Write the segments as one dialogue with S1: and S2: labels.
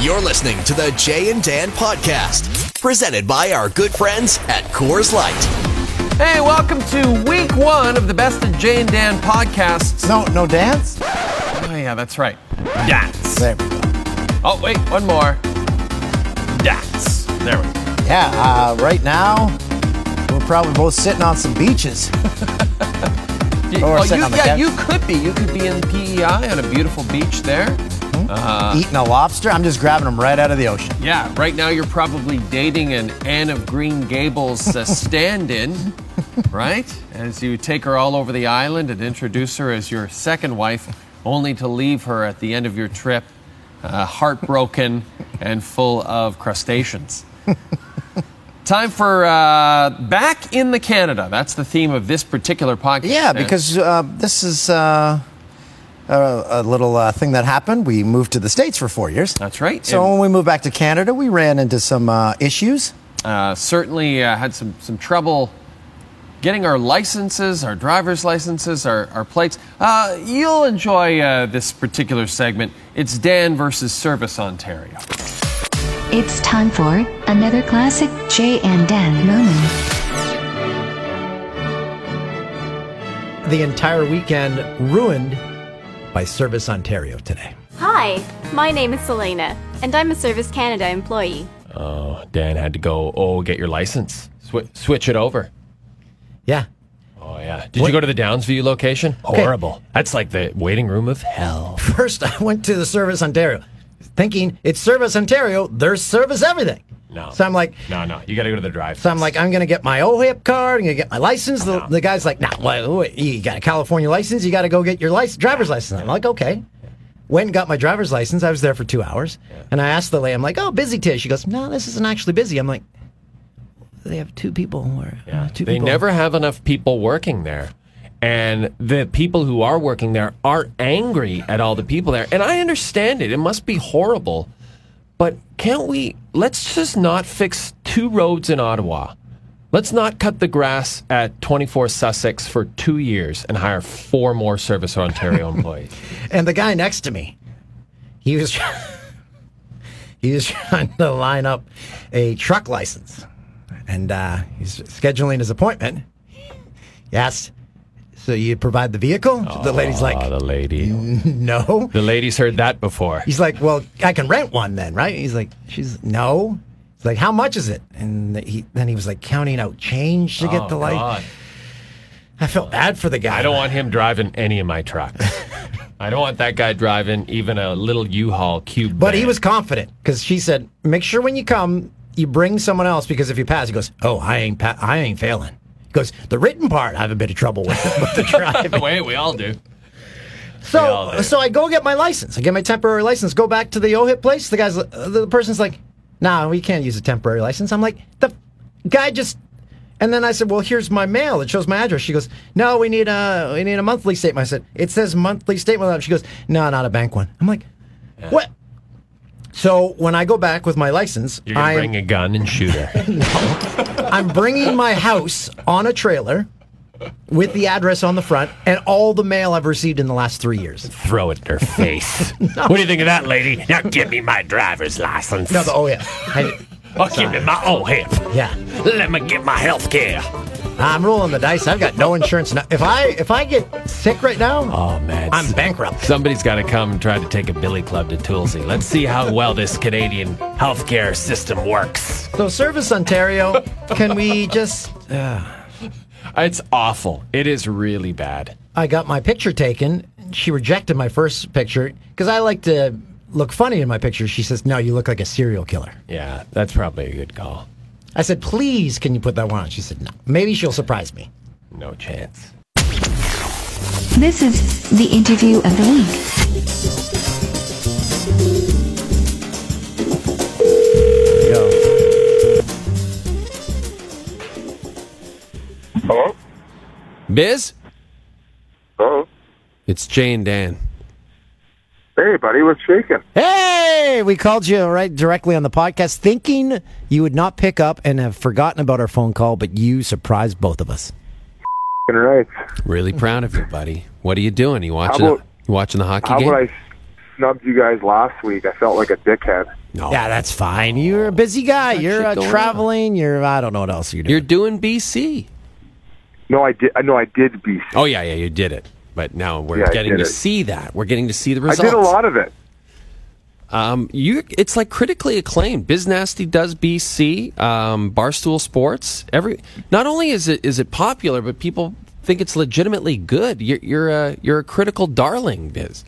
S1: You're listening to the Jay and Dan podcast, presented by our good friends at Coors Light.
S2: Hey, welcome to week one of the Best of Jay and Dan podcasts.
S3: No, no dance?
S2: Oh, yeah, that's right. Dance.
S3: There we go.
S2: Oh, wait, one more. Dance. There we go.
S3: Yeah, uh, right now, we're probably both sitting on some beaches.
S2: You,
S3: Or
S2: oh,
S3: sitting
S2: you,
S3: on the
S2: yeah,
S3: couch.
S2: you could be. You could be in PEI on a beautiful beach there. Uh.
S3: eating a lobster. I'm just grabbing them right out of the ocean.
S2: Yeah, right now you're probably dating an Anne of Green Gables uh, stand in, right? As you take her all over the island and introduce her as your second wife, only to leave her at the end of your trip uh, heartbroken and full of crustaceans. Time for uh, Back in the Canada. That's the theme of this particular podcast.
S3: Yeah,
S2: Dan.
S3: because uh, this is uh, a, a little uh, thing that happened. We moved to the States for four years.
S2: That's right.
S3: So when we moved back to Canada, we ran into some uh, issues.
S2: uh, certainly uh, had some, some trouble getting our licenses, our driver's licenses, our, our plates. Uh, you'll enjoy uh, this particular segment. It's Dan versus Service Ontario.
S4: It's time for another classic Jay and Dan moment.
S5: the entire weekend ruined by Service Ontario today.
S6: Hi, my name is Selena, and I'm a Service Canada employee.
S7: Dan had to go, oh, get your license. Swi switch it over.
S5: Yeah.
S7: Oh, yeah. Did
S5: What-
S7: you go to the Downsview location?
S5: Okay.
S7: Horrible. That's like the waiting room of hell.
S5: First, I went to the Service Ontario thinking it's Service Ontario, there's service everything.
S7: No.
S5: So I'm like,
S7: No, no. You got to go to the drive.
S5: so I'm like, I'm gonna get my OHIP card. I'm gonna get my license. The,
S7: Uh-huh.
S5: the guy's like, Nah, wait, wait, you got a California license. You got to go get your license, driver's license. I'm like, okay. Went and got my driver's license. I was there for two hours, and I asked the lady, I'm like, oh, busy today. She goes, no, this isn't actually busy. I'm like, they have two people. Or, uh, two
S7: they
S5: people.
S7: never have enough people working there. And the people who are working there are angry at all the people there. And I understand it. It must be horrible. But can't we? Let's just not fix two roads in Ottawa. Let's not cut the grass at 24 Sussex for two years and hire four more Service Ontario employees.
S5: And the guy next to me, he was he was trying to line up a truck license, and uh, he's scheduling his appointment. He asked, "So you provide the vehicle?" the lady's
S7: Ah,
S5: like,
S7: the lady.
S5: "No."
S7: The lady's heard that before.
S5: He's like, "Well, I can rent one then, right?" He's like, "She's no." He's like, "How much is it?" And he then he was like counting out change to get the light.
S7: God.
S5: I felt bad for the guy.
S7: Oh, I don't want him driving any of my trucks. I don't want that guy driving even a little U-Haul cube.
S5: But he
S7: van.
S5: was confident because she said, "Make sure when you come, you bring someone else because if you pass, he goes, oh, I ain't, pa- I ain't failing." He goes, "The written part, I have a bit of trouble with, but the driving."
S7: Wait, we all do. all
S5: so,
S7: do.
S5: so I go get my license. I get my temporary license. Go back to the OHIP place. The guy's, uh, the person's like, "Nah, we can't use a temporary license." I'm like, "The guy just." And then I said, "Well, here's my mail. It shows my address." She goes, "No, we need a we need a monthly statement." I said, "It says monthly statement." on it." She goes, "No, not a bank one." I'm like, "What?" So when I go back with my license,
S7: You're gonna
S5: I am
S7: bring a gun and shoot her.
S5: I'm bringing my house on a trailer with the address on the front and all the mail I've received in the last three years.
S7: Throw it in her face. What do you think of that, lady? Now give me my driver's license.
S5: No, the, oh yeah, I,
S7: I'll give me my old hip.
S5: yeah.
S7: Let me get my health care.
S5: I'm rolling the dice. I've got no insurance. Now. If I if I get sick right now,
S7: Oh man,
S5: I'm bankrupt.
S7: Somebody's got to come and try to take a billy club to Toolsy. Let's see how well this Canadian healthcare system works.
S5: So Service Ontario, can we just?
S7: It's awful. It is really bad.
S5: I got my picture taken. She rejected my first picture because I like to look funny in my pictures. She says, "No, you look like a serial killer."
S7: Yeah, that's probably a good call.
S5: I said, "Please, can you put that one on?" She said, "No." Maybe she'll surprise me.
S7: No chance.
S4: This is the interview of the week.
S8: Hello?
S2: Biz,
S8: Hello?
S2: it's Jay and Dan.
S8: Hey, buddy, what's shaking?
S5: Hey, we called you right directly on the podcast, thinking you would not pick up and have forgotten about our phone call, but you surprised both of us.
S8: F***ing right.
S2: Really proud of you, buddy. What are you doing? You watching,
S8: about-
S2: you watching the hockey
S8: How
S2: game?
S8: about I snubbed you guys last week. I felt like a dickhead.
S5: Oh.
S9: Yeah, that's fine. You're a busy guy. You're
S7: shit
S9: uh,
S7: going on.
S9: traveling. You're I don't know what else you're doing.
S7: You're doing BC.
S8: No, I did. No, I did BC.
S7: Oh yeah, yeah, you did it. But now we're
S8: Yeah, I
S7: getting
S8: did
S7: to
S8: it.
S7: see that. We're getting to see the
S8: I
S7: results.
S8: did a lot of it.
S7: Um, you, it's like critically acclaimed. Biz Nasty does BC, um, Barstool Sports. Every not only is it is it popular, but people think it's legitimately good. You're you're a you're a critical darling, Biz.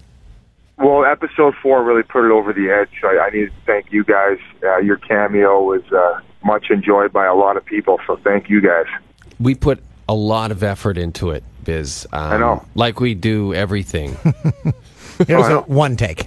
S8: Well, episode four really put it over the edge. I, I need to thank you guys. Uh, your cameo was uh, much enjoyed by a lot of people, so thank you guys.
S7: We put a lot of effort into it, Biz. Um,
S8: I know.
S7: like we do everything.
S9: Here's
S8: All
S9: a-
S8: right.
S9: one take.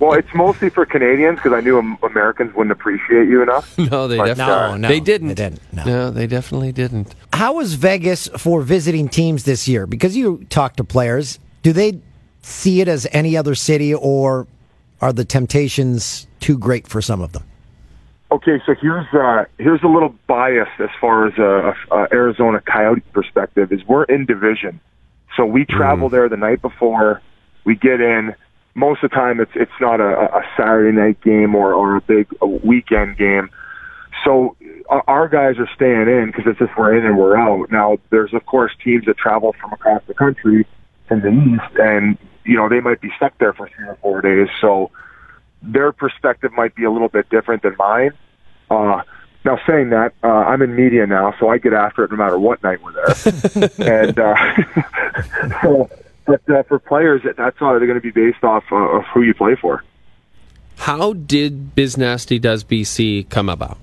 S8: Well, it's mostly for Canadians because I knew Am- Americans wouldn't appreciate you enough. uh,
S7: no, they
S8: No,
S7: definitely
S9: no,
S7: they didn't.
S9: they didn't, no.
S7: they definitely didn't.
S5: How is Vegas for visiting teams this year? Because you talk to players, do they see it as any other city, or are the temptations too great for some of them?
S8: Okay, so here's uh, here's a little bias as far as uh, a, a, a Arizona Coyote perspective is we're in division, so we travel there the night before. We get in. Most of the time, it's it's not a, a Saturday night game or, or a big a weekend game. So uh, our guys are staying in because it's just we're in and we're out. Now there's of course teams that travel from across the country in the east, and you know they might be stuck there for three or four days. So their perspective might be a little bit different than mine. Uh, now saying that, uh, I'm in media now, so I get after it no matter what night we're there. and uh, so, but uh, for players, that's all they're going to be based off uh, of who you play for.
S7: How did Biz Nasty does BC come about?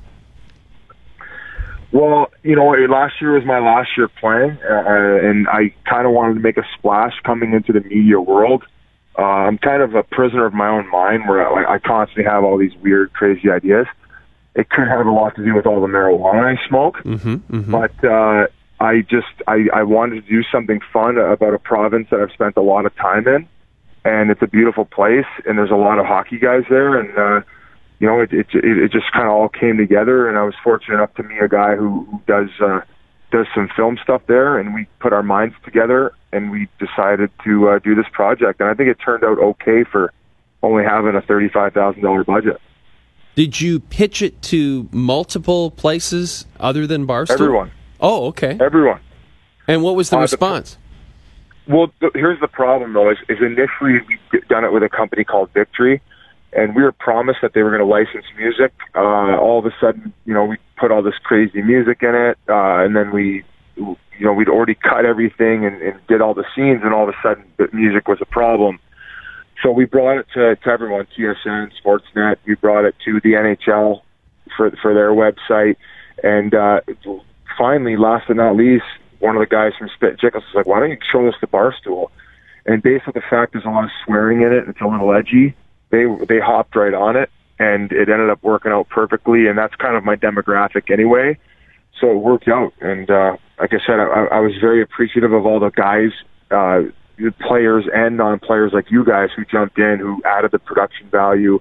S8: Well, you know, it- last year was my last year playing, uh, and I kind of wanted to make a splash coming into the media world. Uh, I'm kind of a prisoner of my own mind, where I, I constantly have all these weird, crazy ideas. It could have a lot to do with all the marijuana I smoke, but uh, I just I, I wanted to do something fun about a province that I've spent a lot of time in, and it's a beautiful place, and there's a lot of hockey guys there, and. Uh, you know, it it it, it just kind of all came together, and I was fortunate enough to meet a guy who, who does uh, does some film stuff there, and we put our minds together, and we decided to uh, do this project, and I think it turned out okay for only having a thirty five thousand dollar budget.
S7: Did you pitch it to multiple places other than Barstool?
S8: Everyone.
S7: Oh, okay.
S8: Everyone.
S7: And what was the
S8: Uh, the-
S7: response?
S8: Well, th- here's the problem though: is, is initially we d- done it with a company called Victory, and we were promised that they were going to license music. Uh, all of a sudden, you know, we put all this crazy music in it, uh, and then we, you know, we'd already cut everything and, and did all the scenes, and all of a sudden, the music was a problem. So we brought it to, to everyone: TSN, Sportsnet. We brought it to the NHL for for their website, and uh, finally, last but not least, one of the guys from Spit Chickens was like, "Why don't you show us the barstool?" And based on the fact there's a lot of swearing in it, it's a little edgy. They they hopped right on it, and it ended up working out perfectly. And that's kind of my demographic anyway, so it worked out. And uh, like I said, I, I was very appreciative of all the guys, uh, the players and non-players like you guys who jumped in, who added the production value,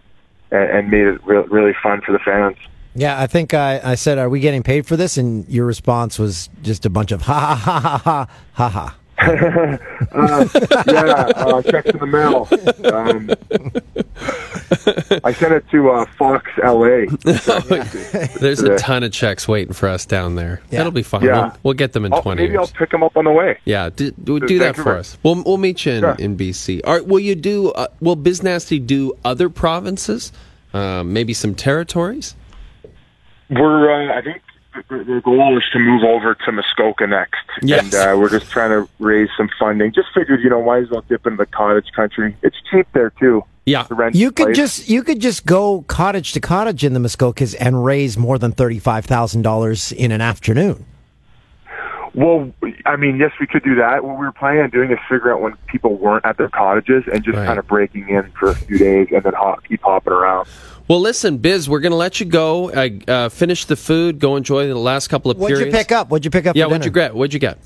S8: and, and made it re- really fun for the fans.
S5: Yeah, I think I, I said, "Are we getting paid for this?" And your response was just a bunch of ha ha ha ha ha ha.
S8: yeah, uh, checks in the mail. Um, I sent it to uh, Fox LA.
S7: There's a
S8: today.
S7: ton of checks waiting for us down there. That'll be fine.
S8: Yeah.
S7: We'll, we'll get them in
S8: I'll-
S7: 20
S8: maybe I'll
S7: years.
S8: pick them up on the way.
S7: yeah, do, do,
S8: To
S7: do that for
S8: Vancouver.
S7: us. We'll, we'll meet you in,
S8: Sure.
S7: in BC. All right, will you do, uh, will Biznasty do other provinces? Um, maybe some territories?
S8: We're, uh, I think, the the goal is to move over to Muskoka next,
S7: Yes.
S8: and uh, we're just trying to raise some funding. Just figured, you know, might as well dip into the cottage country. It's cheap there too.
S7: Yeah.
S8: The rent
S5: You could
S8: place.
S5: just you could just go cottage to cottage in the Muskokas and raise more than thirty five thousand dollars in an afternoon.
S8: Well, I mean, yes, we could do that. What we were planning on doing is figuring out when people weren't at their cottages and just
S7: Right.
S8: kind of breaking in for a few days and then hop, keep hopping around.
S7: Well, listen, Biz, we're going to let you go. Uh, uh, finish the food. Go enjoy the last couple of
S5: What'd
S7: periods.
S5: you pick up? What'd you pick up?
S7: Yeah,
S5: for
S7: what'd you
S5: dinner?
S7: get? What'd you get?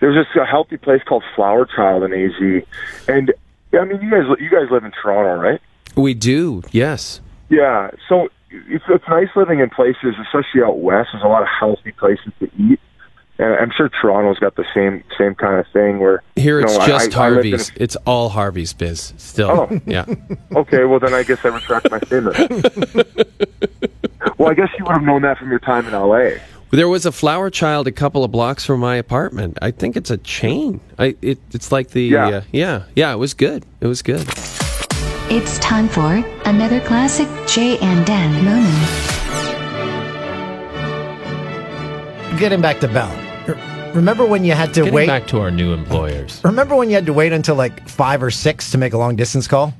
S8: there's this a healthy place called Flower Child in AZ, and yeah, I mean, you guys you guys live in Toronto, right?
S7: We do, yes.
S8: Yeah, so it's, it's nice living in places, especially out west. There's a lot of healthy places to eat. and I'm sure Toronto's got the same same kind of thing where
S2: Here
S8: you
S2: it's
S8: know, I-
S2: just
S8: I- I lived in a-
S2: Harvey's. it's all Harvey's biz still.
S8: Oh.
S2: Yeah.
S8: Okay, well then I guess I retract my statement. well, I guess you would have known that from your time in LA.
S2: There was a flower child a couple of blocks from my apartment. I think it's a chain. I it, it's like the
S8: Yeah.
S2: uh, yeah yeah. It was good. It was good.
S4: It's time for another classic Jay and Dan moment.
S5: Getting back to Bell. R- Remember when you had to
S7: Getting
S5: wait?
S7: back to our new employers.
S5: Remember when you had to wait until like five or six to make a long distance call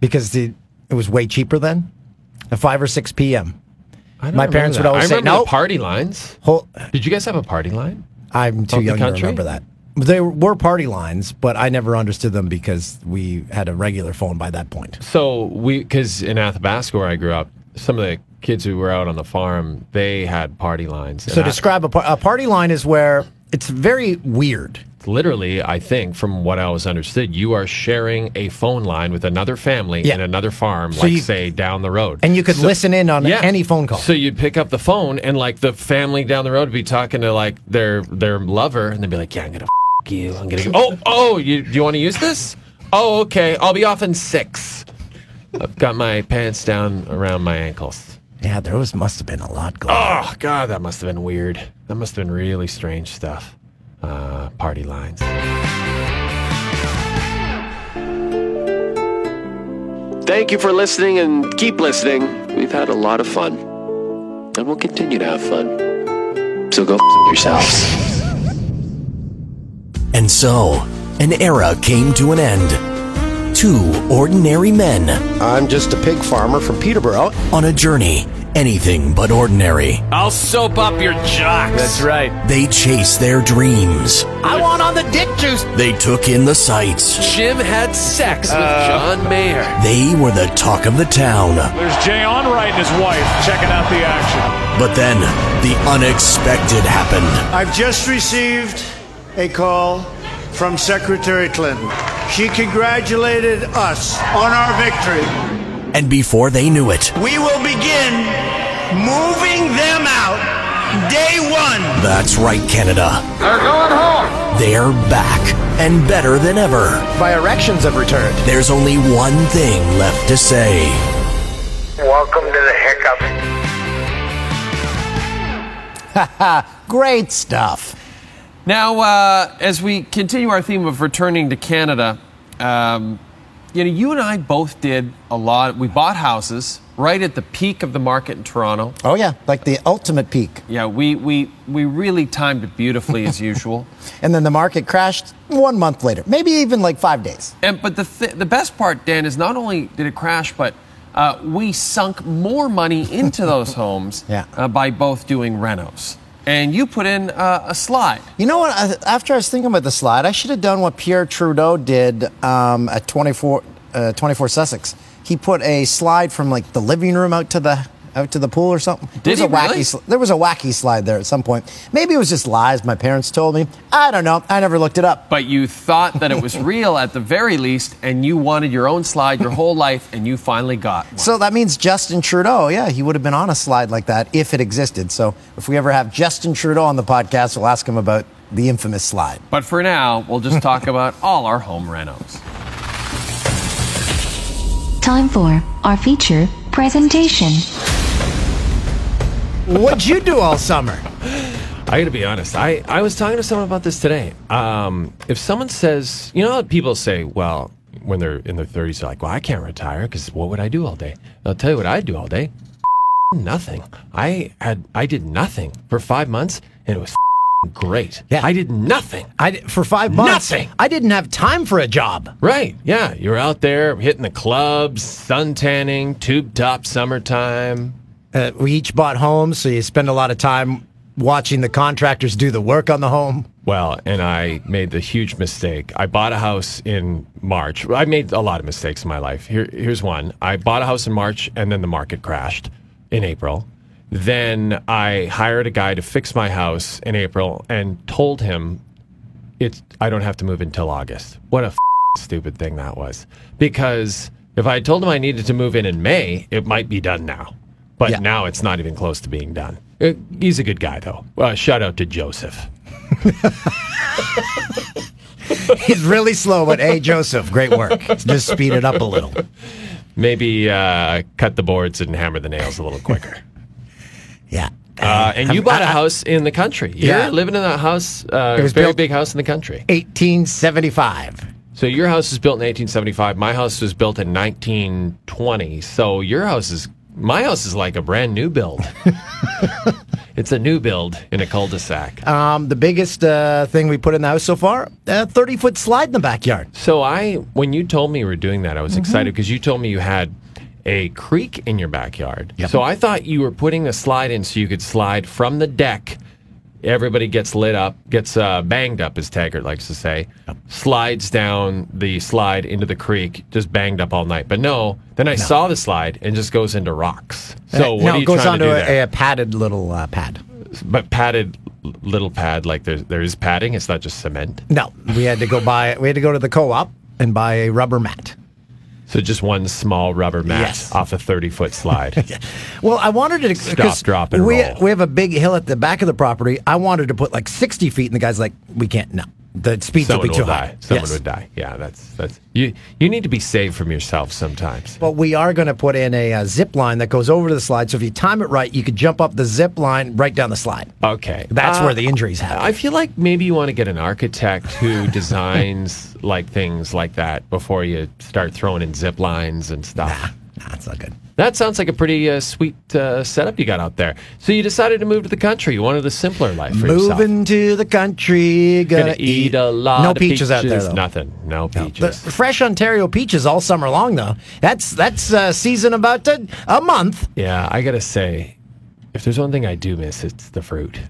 S5: because the it was way cheaper then, at five or six p.m.
S7: I don't
S5: My
S7: remember
S5: parents would
S7: that.
S5: always
S7: I
S5: say,
S7: remember
S5: "No."
S7: The party lines.
S5: Whole,
S7: Did you guys have a party line?
S5: I'm too
S7: Of the
S5: young to
S7: country?
S5: remember that. They were party lines, but I never understood them because we had a regular phone by that point.
S7: So we, because in Athabasca where I grew up, some of the kids who were out on the farm, they had party lines.
S5: So
S7: And I-
S5: describe a, par- a party line is where it's very weird.
S7: literally, I think, from what I was understood, you are sharing a phone line with another family
S5: Yeah.
S7: in another farm,
S5: So
S7: like
S5: you-
S7: say down the road.
S5: And you could listen in on
S7: Yeah.
S5: any phone call.
S7: So you'd pick up the phone and like the family down the road would be talking to like their their lover and they'd be like, "Yeah, I'm gonna f- you. I'm gonna go. Oh, oh, you do you want to use this? Oh, okay. I'll be off in six. I've got my pants down around my ankles.
S5: yeah, there was must have been a lot going. on.
S7: Oh God, that must have been weird. That must have been really strange stuff. Uh, party lines.
S10: Thank you for listening and keep listening. We've had a lot of fun, and we'll continue to have fun. So go f- yourselves.
S1: And so, an era came to an end. Two ordinary men
S11: I'm just a pig farmer from Peterborough.
S1: on a journey, anything but ordinary.
S10: I'll soap up your jocks.
S11: right.
S1: They chased their dreams.
S11: I want on the dick juice.
S1: They took in the sights.
S2: Jim had sex with
S5: Uh,
S2: John Mayer.
S1: They were the talk of the town.
S12: There's Jay Onright and his wife checking out the action.
S1: But then, the unexpected happened.
S12: I've just received a call from Secretary Clinton. She congratulated us on our victory.
S1: And before they knew it,
S12: We will begin moving them out day one.
S1: that's right, Canada. They're going home. They're back and better than ever.
S5: My erections have returned.
S1: There's only one thing left to say.
S8: Welcome to the hiccups.
S5: Great stuff.
S2: Now, uh, as we continue our theme of returning to Canada, um, you know, you and I both did a lot. We bought houses right at the peak of the market in Toronto.
S5: Oh yeah, like the ultimate peak.
S2: Yeah, we we we really timed it beautifully as usual.
S5: And then the market crashed one month later, maybe even like five days.
S2: And but the th- the best part, Dan, is not only did it crash, but uh, we sunk more money into those homes
S5: Yeah.
S2: uh, by both doing renos. And you put in uh, a slide.
S5: You know what? I, after I was thinking about the slide, I should have done what Pierre Trudeau did um, at 24, uh, 24 Sussex. He put a slide from like the living room out to the out to the pool or something.
S2: Did
S5: there was
S2: he
S5: a wacky
S2: really?
S5: sli- there was a wacky slide there at some point. Maybe it was just lies my parents told me. I don't know. I never looked it up.
S2: But you thought that it was real at the very least, and you wanted your own slide your whole life, and you finally got one.
S5: So that means Justin Trudeau, yeah, he would have been on a slide like that if it existed. So if we ever have Justin Trudeau on the podcast, we'll ask him about the infamous slide.
S2: But for now, we'll just talk about all our home renos.
S4: Time for our feature presentation.
S5: What'd you do all summer?
S7: I got to be honest. I, I was talking to someone about this today. Um, if someone says, you know, how people say, well, when they're in their 30s, they're like, well, I can't retire because what would I do all day? I'll tell you what I do all day. Nothing. I had I did nothing for five months and it was great.
S5: Yeah.
S7: I did nothing.
S5: I di- for five months.
S7: Nothing.
S5: I didn't have time for a job.
S7: Right. Yeah. You're out there hitting the clubs, sun tanning, tube top summertime.
S5: Uh, we each bought homes, so you spend a lot of time watching the contractors do the work on the home.
S7: Well, and I made the huge mistake. I bought a house in March. Well, I made a lot of mistakes in my life. Here, here's one. I bought a house in March, and then the market crashed in April. Then I hired a guy to fix my house in April and told him it's I don't have to move until August. What a f- stupid thing that was. Because if I had told him I needed to move in in May, it might be done now. But
S5: Yeah.
S7: now it's not even close to being done. Uh, he's a good guy though. Uh, shout out to Joseph.
S5: He's really slow, but hey, Joseph, great work. Just speed it up a little.
S7: Maybe uh, cut the boards and hammer the nails a little quicker.
S5: yeah.
S7: Uh, and you bought a house in the country. You're
S5: um, Yeah.
S7: living in a house, uh,
S5: It was
S7: very
S5: built-
S7: big house in the country.
S5: 1875.
S7: So your house was built in 1875. My house was built in 1920. So your house is my house is like a brand new build. it's a new build in a cul-de-sac.
S5: Um, the biggest uh, thing we put in the house so far, a 30 foot slide in the backyard.
S7: So I, when you told me you were doing that, I was
S5: Mhm.
S7: excited because you told me you had a creek in your backyard. So I thought you were putting a slide in so you could slide from the deck. Everybody gets lit up, gets uh, banged up, as Taggart likes to say. Slides down the slide into the creek, just banged up all night. But no, then I saw the slide and just goes into rocks. So
S5: Uh,
S7: what
S5: no,
S7: are
S5: it
S7: you
S5: goes
S7: trying
S5: onto
S7: to do
S5: a,
S7: there?
S5: a padded little uh, pad.
S7: but padded l- little pad, like there there is padding. It's not just cement.
S5: No, we had to go buy. We had to go to the co-op and buy a rubber mat.
S7: So just one small rubber mat off a thirty foot slide.
S5: Well, I wanted to
S7: Stop,
S5: 'cause
S7: drop, and
S5: we
S7: roll.
S5: we have a big hill at the back of the property. I wanted to put like sixty feet, and the guy's like, "We can't. No, the speeds
S7: Someone
S5: will be too
S7: will die.
S5: high."
S7: Someone
S5: Yes.
S7: would die. Yeah, that's that's you. You need to be saved from yourself sometimes.
S5: But we are going to put in a uh, zip line that goes over the slide. So if you time it right, you could jump up the zip line right down the slide.
S7: Okay,
S5: That's
S7: Uh,
S5: where the injuries happen.
S7: I feel like maybe you want to get an architect who designs like things like that before you start throwing in zip lines and stuff.
S5: Nah, that's not good.
S7: That sounds like a pretty uh, sweet uh, setup you got out there. So you decided to move to the country. You wanted a simpler life for yourself.
S5: Moving to the country, gonna,
S7: Gonna eat a lot.
S5: No
S7: of
S5: peaches, out there though.
S7: Nothing. No peaches.
S5: The fresh Ontario peaches all summer long though. That's that's uh, season about to, a month.
S7: Yeah, I gotta say, if there's one thing I do miss, it's the fruit.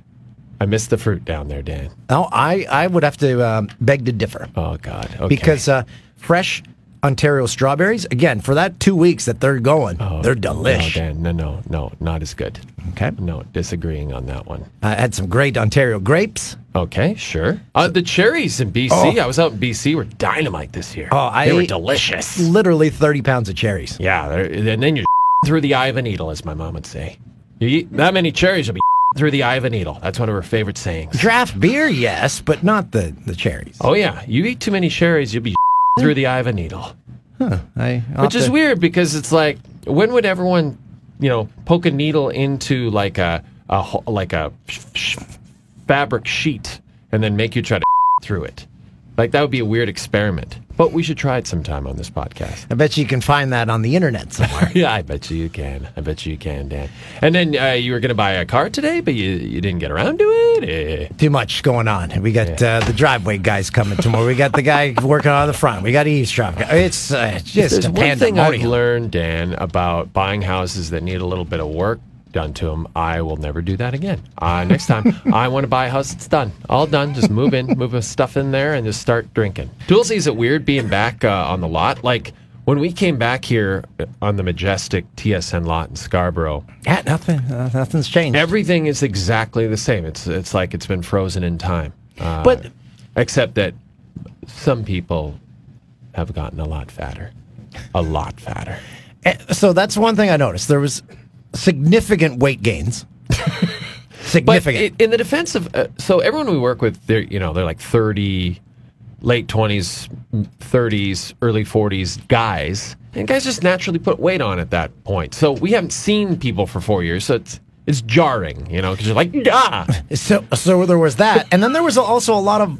S7: I miss the fruit down there, Dan.
S5: No, I, I would have to um, beg to differ.
S7: Oh God! Okay.
S5: Because uh, fresh Ontario strawberries, again, for that two weeks that they're going, they're delish.
S7: Oh, No, Dan, no, no, no, not as good.
S5: Okay.
S7: No, disagreeing on that one.
S5: I had some great Ontario grapes.
S7: Okay, sure. Uh, the cherries in BC.
S5: Oh.
S7: I was out in BC. Were dynamite this year.
S5: Oh, I
S7: they were
S5: ate
S7: delicious.
S5: Literally thirty pounds of cherries.
S7: Yeah, they're- and then you're through the eye of a needle, as my mom would say. You eat that many cherries, you'll be through the eye of a needle. That's one of her favorite sayings.
S5: Draft beer, yes, but not the the cherries.
S7: Oh yeah, you eat too many cherries, you'll be through the eye of a needle.
S5: I I'll
S7: which
S5: have
S7: is
S5: to-
S7: weird because it's like when would everyone you know poke a needle into like a, a ho- like a sh- sh- fabric sheet and then make you try to through it like that would be a weird experiment but we should try it sometime on this podcast
S5: I bet you can find that on the internet somewhere.
S7: yeah i bet you you can i bet you you can dan and then uh, you were going to buy a car today but you, you didn't get around to it Eh.
S5: Too much going on. We got uh, the driveway guys coming tomorrow. We got the guy working on the front. We got eavesdrop. guy. It's uh,
S7: If
S5: just
S7: there's
S5: a
S7: one thing
S5: pandemonium.
S7: I've learned, Dan, about buying houses that need a little bit of work done to them. I will never do that again. Uh, next time, I want to buy a house that's done, all done. Just move in, move the stuff in there, and just start drinking. Toolsy's it weird being back uh, on the lot? Like when we came back here uh, on the majestic TSN lot in Scarborough,
S5: Yeah, nothing. Uh, nothing's changed.
S7: Everything is exactly the same. It's it's like it's been frozen in time. Uh,
S5: But-
S7: except that some people have gotten a lot fatter, a lot fatter.
S5: Eh, So that's one thing I noticed. There was significant weight gains.
S7: But
S5: significant.
S7: i- in the defense of uh, so everyone we work with, they're you know they're like thirty, late twenties, thirties, early forties guys, and guys just naturally put weight on at that point. So we haven't seen people for four years, so it's it's jarring, you know, because you're like, ah,
S5: so so there was that, and then there was also a lot of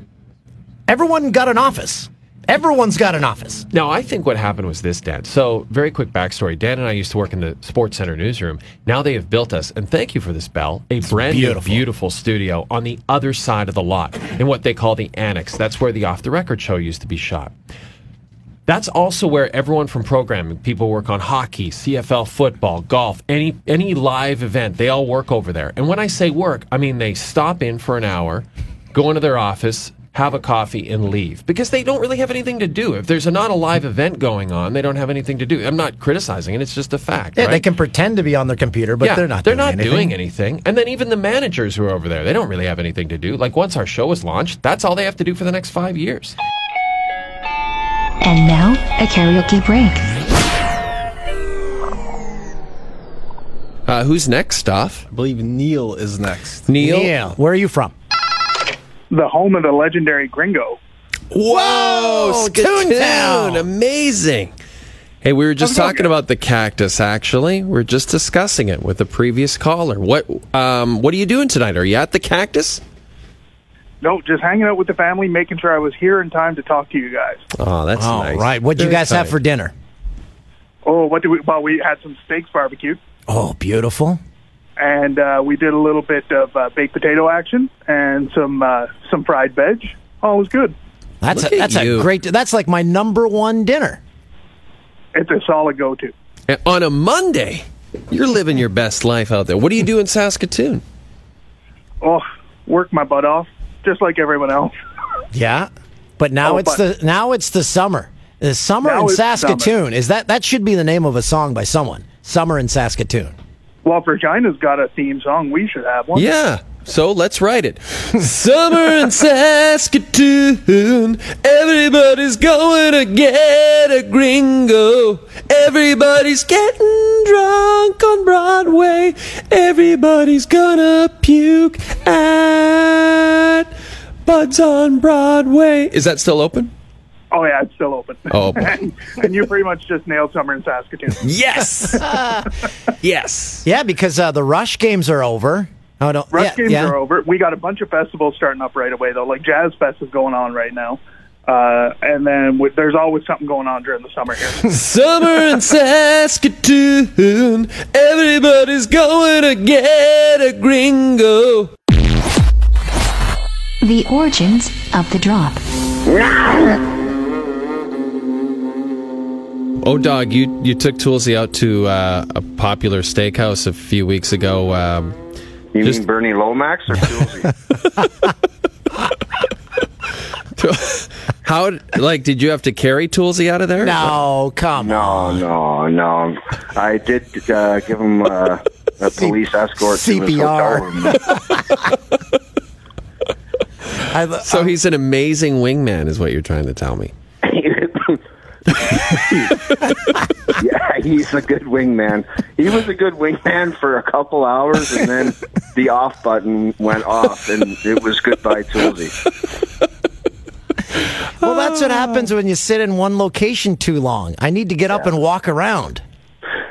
S5: everyone got an office. Everyone's got an office.
S7: Now, I think what happened was this, Dan. So, very quick backstory. Dan and I used to work in the Sports Center newsroom. Now they have built us, and thank you for this, Bell, a brand
S5: beautiful.
S7: new, beautiful studio on the other side of the lot in what they call the annex. That's where the off the record show used to be shot. That's also where everyone from programming, people work on hockey, CFL football, golf, any any live event, they all work over there. And when I say work, I mean they stop in for an hour, go into their office, have a coffee and leave because they don't really have anything to do. If there's not a live event going on, they don't have anything to do. I'm not criticizing it, it's just a fact.
S5: Yeah,
S7: right?
S5: they can pretend to be on their computer, but they're not.
S7: They're
S5: doing
S7: not
S5: anything.
S7: doing anything. And then even the managers who are over there, they don't really have anything to do. Like once our show is launched, that's all they have to do for the next 5 years.
S4: And now, a karaoke break.
S2: Uh, who's next, Duff?
S7: Uh,
S13: I believe Neil is next.
S2: Neil?
S5: Neil, where are you from?
S12: the home of the legendary Gringo.
S7: Whoa, Skatoon,
S12: Toontown.
S7: amazing. Hey, we were just
S12: That was
S7: talking about the cactus. Actually, we are just discussing it with the previous caller. What um, What are you doing tonight? Are you at the cactus?
S12: No, just hanging out with the family, making sure I was here in time to talk to you guys.
S7: Oh, that's
S5: All
S7: nice.
S5: right. What'd you
S7: Very
S5: guys have
S7: tight.
S5: for dinner?
S12: Oh, what did we? Well, we had some steaks barbecued,
S5: Oh, beautiful.
S12: and uh, we did a little bit of uh, baked potato action and some uh, some fried veg. All was good.
S5: That's
S12: Look
S5: a,
S12: at
S5: that's
S12: you.
S5: a great. That's like my number one dinner.
S12: It's a solid go-to.
S7: And on a Monday, you're living your best life out there. What do you do in Saskatoon?
S12: Oh, work my butt off, just like everyone else.
S5: Yeah, but now
S12: Oh,
S5: it's
S12: but-
S5: the now it's the summer. The summer
S12: Now
S5: in
S12: it's summer.
S5: Saskatoon is that that should be the name of a song by someone. Summer in Saskatoon.
S12: Well, Virginia's got a theme song. We should have one.
S7: Yeah. So let's write it. Summer in Saskatoon. Everybody's going to get a gringo. Everybody's getting drunk on Broadway. Everybody's gonna puke at Buds on Broadway. Is that still open?
S12: Oh yeah, it's still open.
S7: Oh, boy.
S12: and, you pretty much just nailed summer in Saskatoon.
S7: Yes. yes.
S5: Yeah, because uh, the Rush games are over. Oh, no,
S12: Rush
S5: yeah,
S12: games
S5: yeah.
S12: are over. We got a bunch of festivals starting up right away though. Like Jazz Fest is going on right now. Uh, and then with, there's always something going on during the summer here.
S7: Summer in Saskatoon. Everybody's going to get a gringo.
S4: The origins of the drop.
S7: Oh, dog, you, you took Toolsy out to uh, a popular steakhouse a few weeks ago. Um,
S8: You
S7: just-
S8: mean Bernie Lomax or Toolsy?
S7: how, like, did you have to carry Toolsy out of there?
S5: No, come
S8: no, no, no. I did uh, give him uh, a police escort to his hotel
S5: CPR.
S8: room.
S7: so he's an amazing wingman, is what you're trying to tell me.
S8: yeah, he's a good wingman. He was a good wingman for a couple hours, and then the off button went off, and it was goodbye Toolsy.
S5: Well, that's what happens when you sit in one location too long. I need to get up and walk around.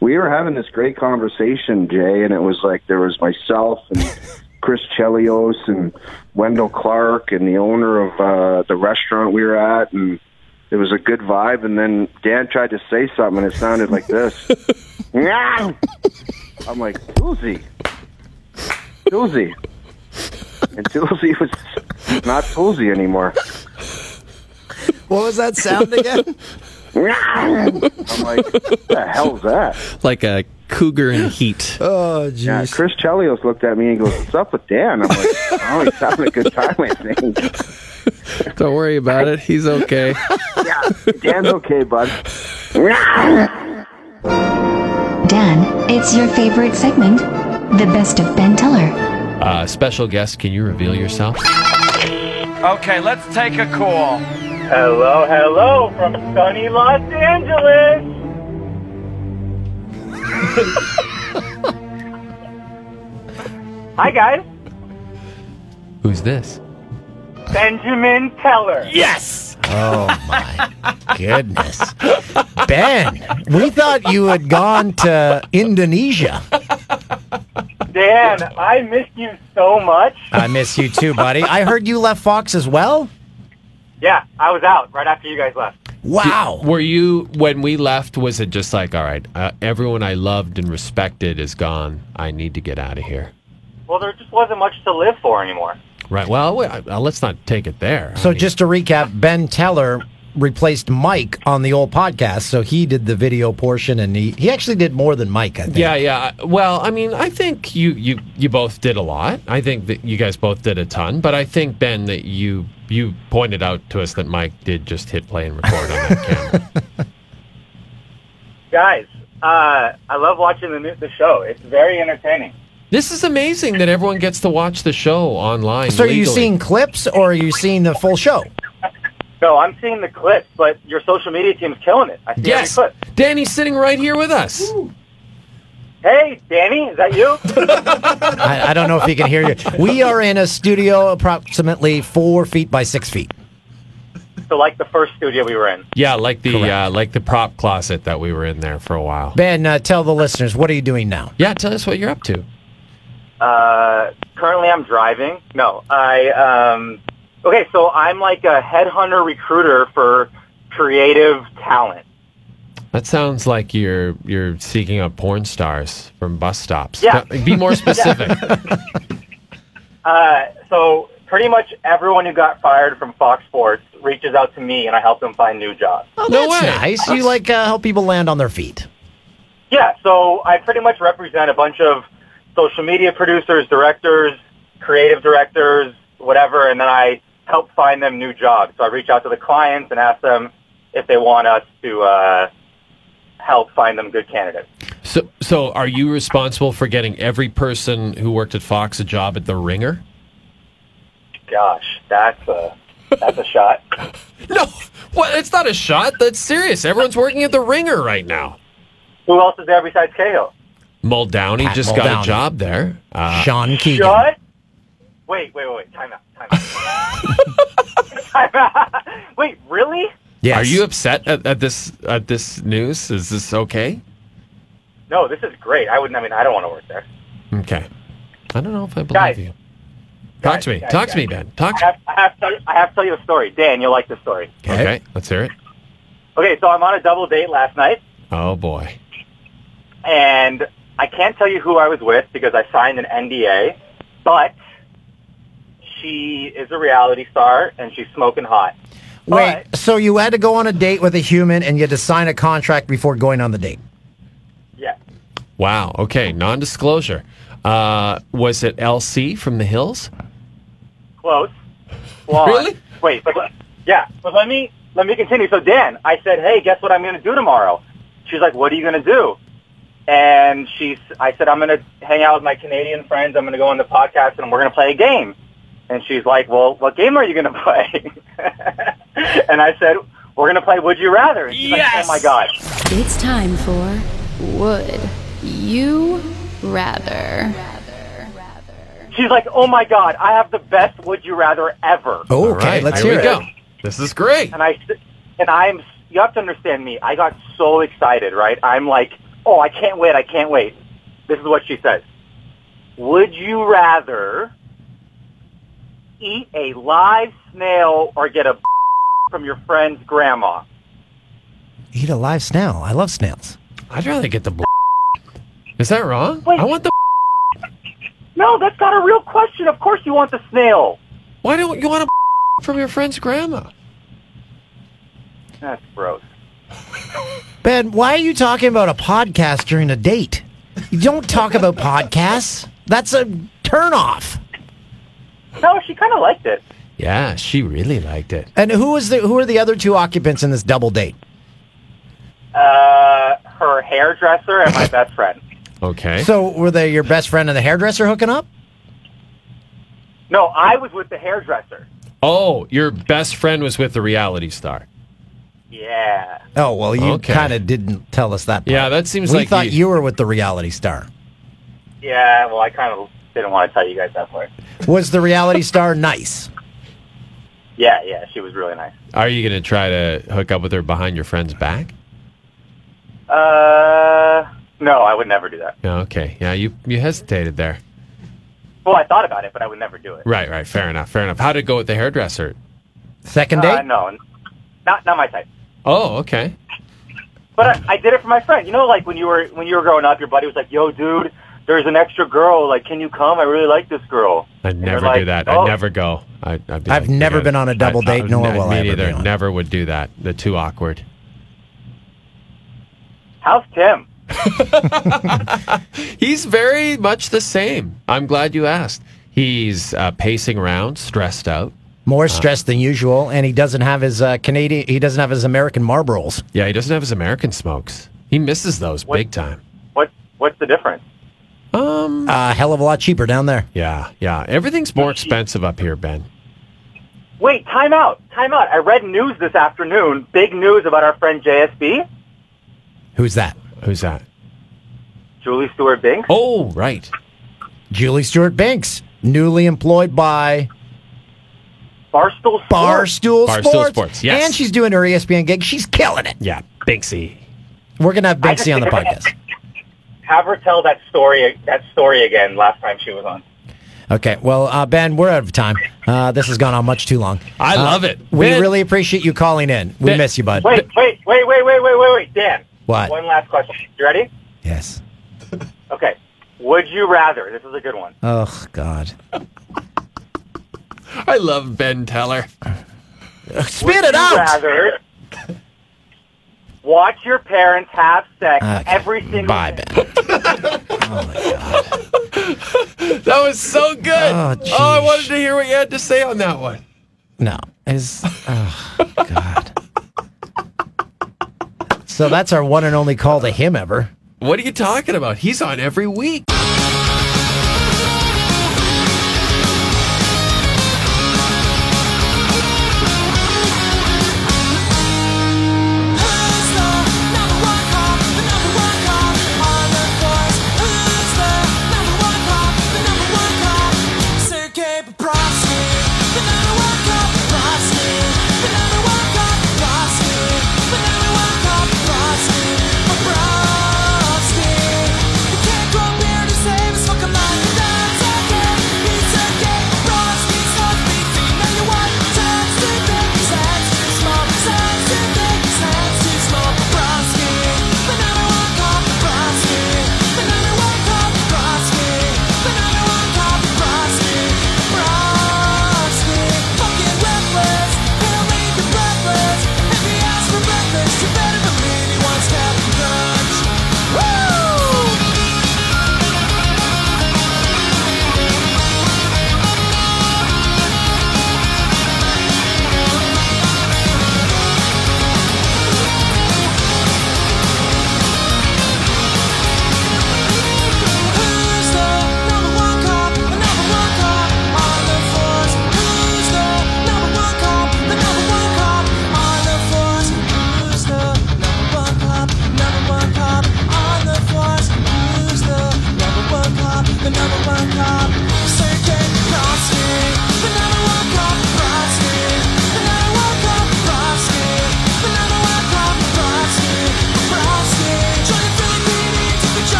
S8: We were having this great conversation, Jay, and it was like there was myself and Chris Chelios and Wendell Clark and the owner of uh, the restaurant we were at, and it was a good vibe. And then Dan tried to say something, and it sounded like this. "Meow." I'm like, Toolsy. Toolsy. And Toolsy was not Toolsy anymore.
S5: What was that sound again?
S8: I'm like, what the hell's that?
S7: Like a cougar in heat.
S5: Oh, jeez.
S8: Yeah, Chris Chelios looked at me and goes, "What's up with Dan?" I'm like, "Oh, he's having a good time, I think."
S7: Don't worry about it. He's okay.
S8: yeah, Dan's okay, bud.
S4: Dan, it's your favorite segment. The best of Ben Teller.
S14: Uh, special guest, can you reveal yourself?
S15: Okay, let's take a call. Hello, hello from sunny Los Angeles. Hi, guys.
S14: Who's this?
S15: Benjamin Teller. Yes.
S5: Oh my goodness, Ben! We thought you had gone to Indonesia.
S15: Dan, I missed you so much.
S5: I miss you too, buddy. I heard you left Fox as well.
S15: Yeah, I was out right after you guys left.
S5: Wow.
S14: were you, when we left, was it just like, all right, uh, everyone I loved and respected is gone. I need to get out of here?
S15: Well, there just wasn't much to live for anymore.
S14: Right. Well, wait, uh, let's not take it there.
S5: So just to recap, Ben Teller replaced Mike on the old podcast, so he did the video portion, and he he actually did more than Mike. I think.
S14: Yeah, yeah. I- Well, I mean, I think you you you both did a lot. I think that you guys both did a ton, but I think Ben that you you pointed out to us that Mike did just hit play and record on that camera.
S15: Guys, uh, I love watching the new, the show. It's very entertaining.
S14: This is amazing that everyone gets to watch the show online.
S5: So are you
S14: legally.
S5: seeing clips or are you seeing the full show?
S15: No, I'm seeing the clips, but your social media team's killing it. I see
S14: Yes.
S15: every clip.
S14: Danny's sitting right here with us.
S12: Hey, Danny, is that you?
S5: I, I don't know if he can hear you. We are in a studio approximately four feet by six feet.
S12: so, like the first studio we were in.
S7: Yeah, like the uh, like the prop closet that we were in there for a while.
S5: Ben, uh, tell the listeners what are you doing now?
S7: Yeah, tell us what you're up to.
S12: Uh, currently, I'm driving. No, I. Um, okay, so I'm like a headhunter recruiter for creative talent.
S7: That sounds like you're you're seeking out porn stars from bus stops.
S12: Yeah.
S7: No, be more specific.
S12: Uh, so pretty much everyone who got fired from Fox Sports reaches out to me, and I help them find new jobs.
S5: Oh, that's nice. You like uh, help people land on their feet.
S12: Yeah, so I pretty much represent a bunch of social media producers, directors, creative directors, whatever, and then I help find them new jobs. So I reach out to the clients and ask them if they want us to uh, help find them good candidates.
S7: so so are you responsible for getting every person who worked at Fox a job at the Ringer?
S12: Gosh, that's a that's a shot.
S7: No. Well, it's not a shot. That's serious. Everyone's working at the Ringer right now.
S12: Who else is there besides Cahill?
S7: Muldowney
S12: Pat
S7: just got
S12: Muldowney.
S7: a job there. Uh,
S5: Sean
S12: Shut. Wait, wait, wait, wait. Time out. Time out. time out. Wait, really?
S7: Yes. Are you upset at, at this at this news? Is this okay?
S12: No, this is great. I wouldn't. I mean, I don't want to work there.
S7: Okay. I don't know if I believe
S12: Guys.
S7: you. Talk to me.
S12: guys,
S7: Talk
S12: guys.
S7: to me, Ben. Talk
S12: I have, I, have to, I have to tell you a story. Dan, you'll like this story.
S7: Okay. Let's hear it.
S12: Okay, so I'm on a double date last night,
S7: Oh boy.
S12: and I can't tell you who I was with because I signed an NDA, but she is a reality star, and she's smoking hot.
S5: Wait, so you had to go on a date with a human and you had to sign a contract before going on the date.
S12: Yeah.
S7: Wow. Okay. Non-disclosure. Uh, was it LC from the Hills?
S12: Close. Blonde. Really? Wait, but let- yeah, but let me let me continue. So Dan, I said, hey, guess what I'm going to do tomorrow? She's like, what are you going to do? And she's, I said, I'm going to hang out with my Canadian friends. I'm going to go on the podcast, and we're going to play a game. And she's like, well, what game are you going to play? and I said, we're going to play Would You Rather. And she's like, oh my god.
S16: It's time for Would You Rather?
S12: She's like, oh my god, I have the best Would You Rather ever.
S5: Oh, okay, let's
S7: here
S5: hear
S7: we
S5: it.
S7: go. This is great.
S12: And I and I'm you have to understand me. I got so excited, right? I'm like, "Oh, I can't wait. I can't wait." This is what she says. Would you rather eat a live snail or get a from your friend's grandma?
S5: Eat a live snail. I love snails.
S7: I'd rather get the. Is that wrong? I want the.
S12: No, that's not a real question. Of course you want the snail.
S7: Why don't you want a from your friend's grandma?
S12: That's gross.
S5: Ben, why are you talking about a podcast during a date? You don't talk about podcasts. That's a turnoff.
S12: No, she kind of liked it.
S7: Yeah, she really liked it.
S5: And who is the who are the other two occupants in this double date?
S12: Uh, her hairdresser and my best friend.
S7: Okay.
S5: So were they your best friend and the hairdresser hooking up?
S12: No, I was with the hairdresser.
S7: Oh, your best friend was with the reality star.
S12: Yeah.
S5: Oh well, you
S7: Okay.
S5: kind of didn't tell us that. Part.
S7: Yeah, that seems
S5: we
S7: like
S5: thought
S7: you-
S5: you... were with the reality star.
S12: Yeah, well, I kind of didn't want to tell you guys that part.
S5: Was the reality star nice?
S12: Yeah, yeah, she was really nice.
S7: Are you going to try to hook up with her behind your friend's back?
S12: Uh, no, I would never do that.
S7: No, Oh, okay. Yeah, you you hesitated there.
S12: Well, I thought about it, but I would never do it.
S7: Right, right. Fair enough. Fair enough. How did it go with the hairdresser?
S5: Second
S12: Uh, no, not not my type.
S7: Oh, okay.
S12: But I, I did it for my friend. You know, like when you were when you were growing up, your buddy was like, "Yo, dude, there's an extra girl. Like, can you come? I really like this girl."
S7: I'd
S12: you're
S7: never
S12: like,
S7: do that.
S12: oh.
S7: I'd never go. I, I'd be
S5: I've never been on a double date, nor will I
S7: Me
S5: ever be
S7: neither.
S5: on.
S7: Never would do that. They're too awkward.
S12: How's Tim?
S7: He's very much the same. I'm glad you asked. He's uh, pacing around, stressed out.
S5: More stressed than usual, and he doesn't have his uh, Canadian. He doesn't have his American Marlboros.
S7: Yeah, he doesn't have his American smokes. He misses those big time.
S12: What What's the difference?
S7: Um,
S5: a Uh, hell of a lot cheaper down there.
S7: Yeah, yeah. Everything's more expensive up here, Ben.
S12: Wait, time out, time out. I read news this afternoon. Big news about our friend JSB.
S5: Who's that?
S7: Who's that?
S17: Julie Stewart Binks.
S7: Oh, right.
S5: Julie Stewart Banks, newly employed by
S17: Barstool Sports.
S5: Barstool,
S7: Barstool Sports, yes.
S5: And she's doing her E ESPN gig. She's killing it.
S7: Yeah, Binksy.
S5: We're going to have
S17: I just
S5: Banksy on the
S17: think-
S5: podcast.
S17: Have her tell that story that story again last time she was on.
S5: Okay. Well, uh, Ben, we're out of time. Uh, this has gone on much too long.
S17: I
S5: Uh,
S17: love it.
S5: We
S17: Ben-
S5: really appreciate you calling in. We
S17: Ben-
S5: miss you, bud.
S17: Wait, wait, wait, wait, wait, wait, wait, wait, Dan.
S5: What?
S17: One last question. You ready?
S5: Yes.
S17: Okay. Would you rather? This is a good one.
S5: Oh, God.
S7: I love Ben Teller.
S5: Spit
S17: Would you Rather watch your parents have sex
S7: Okay.
S17: every single
S5: Bye,
S17: day.
S7: That was so good.
S5: Oh,
S7: Oh,
S5: geez.
S7: I wanted to hear what you had to say on that one.
S5: No. Is oh, God. So that's our one and only call to him ever.
S7: What are you talking about? He's on every week.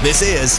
S12: This is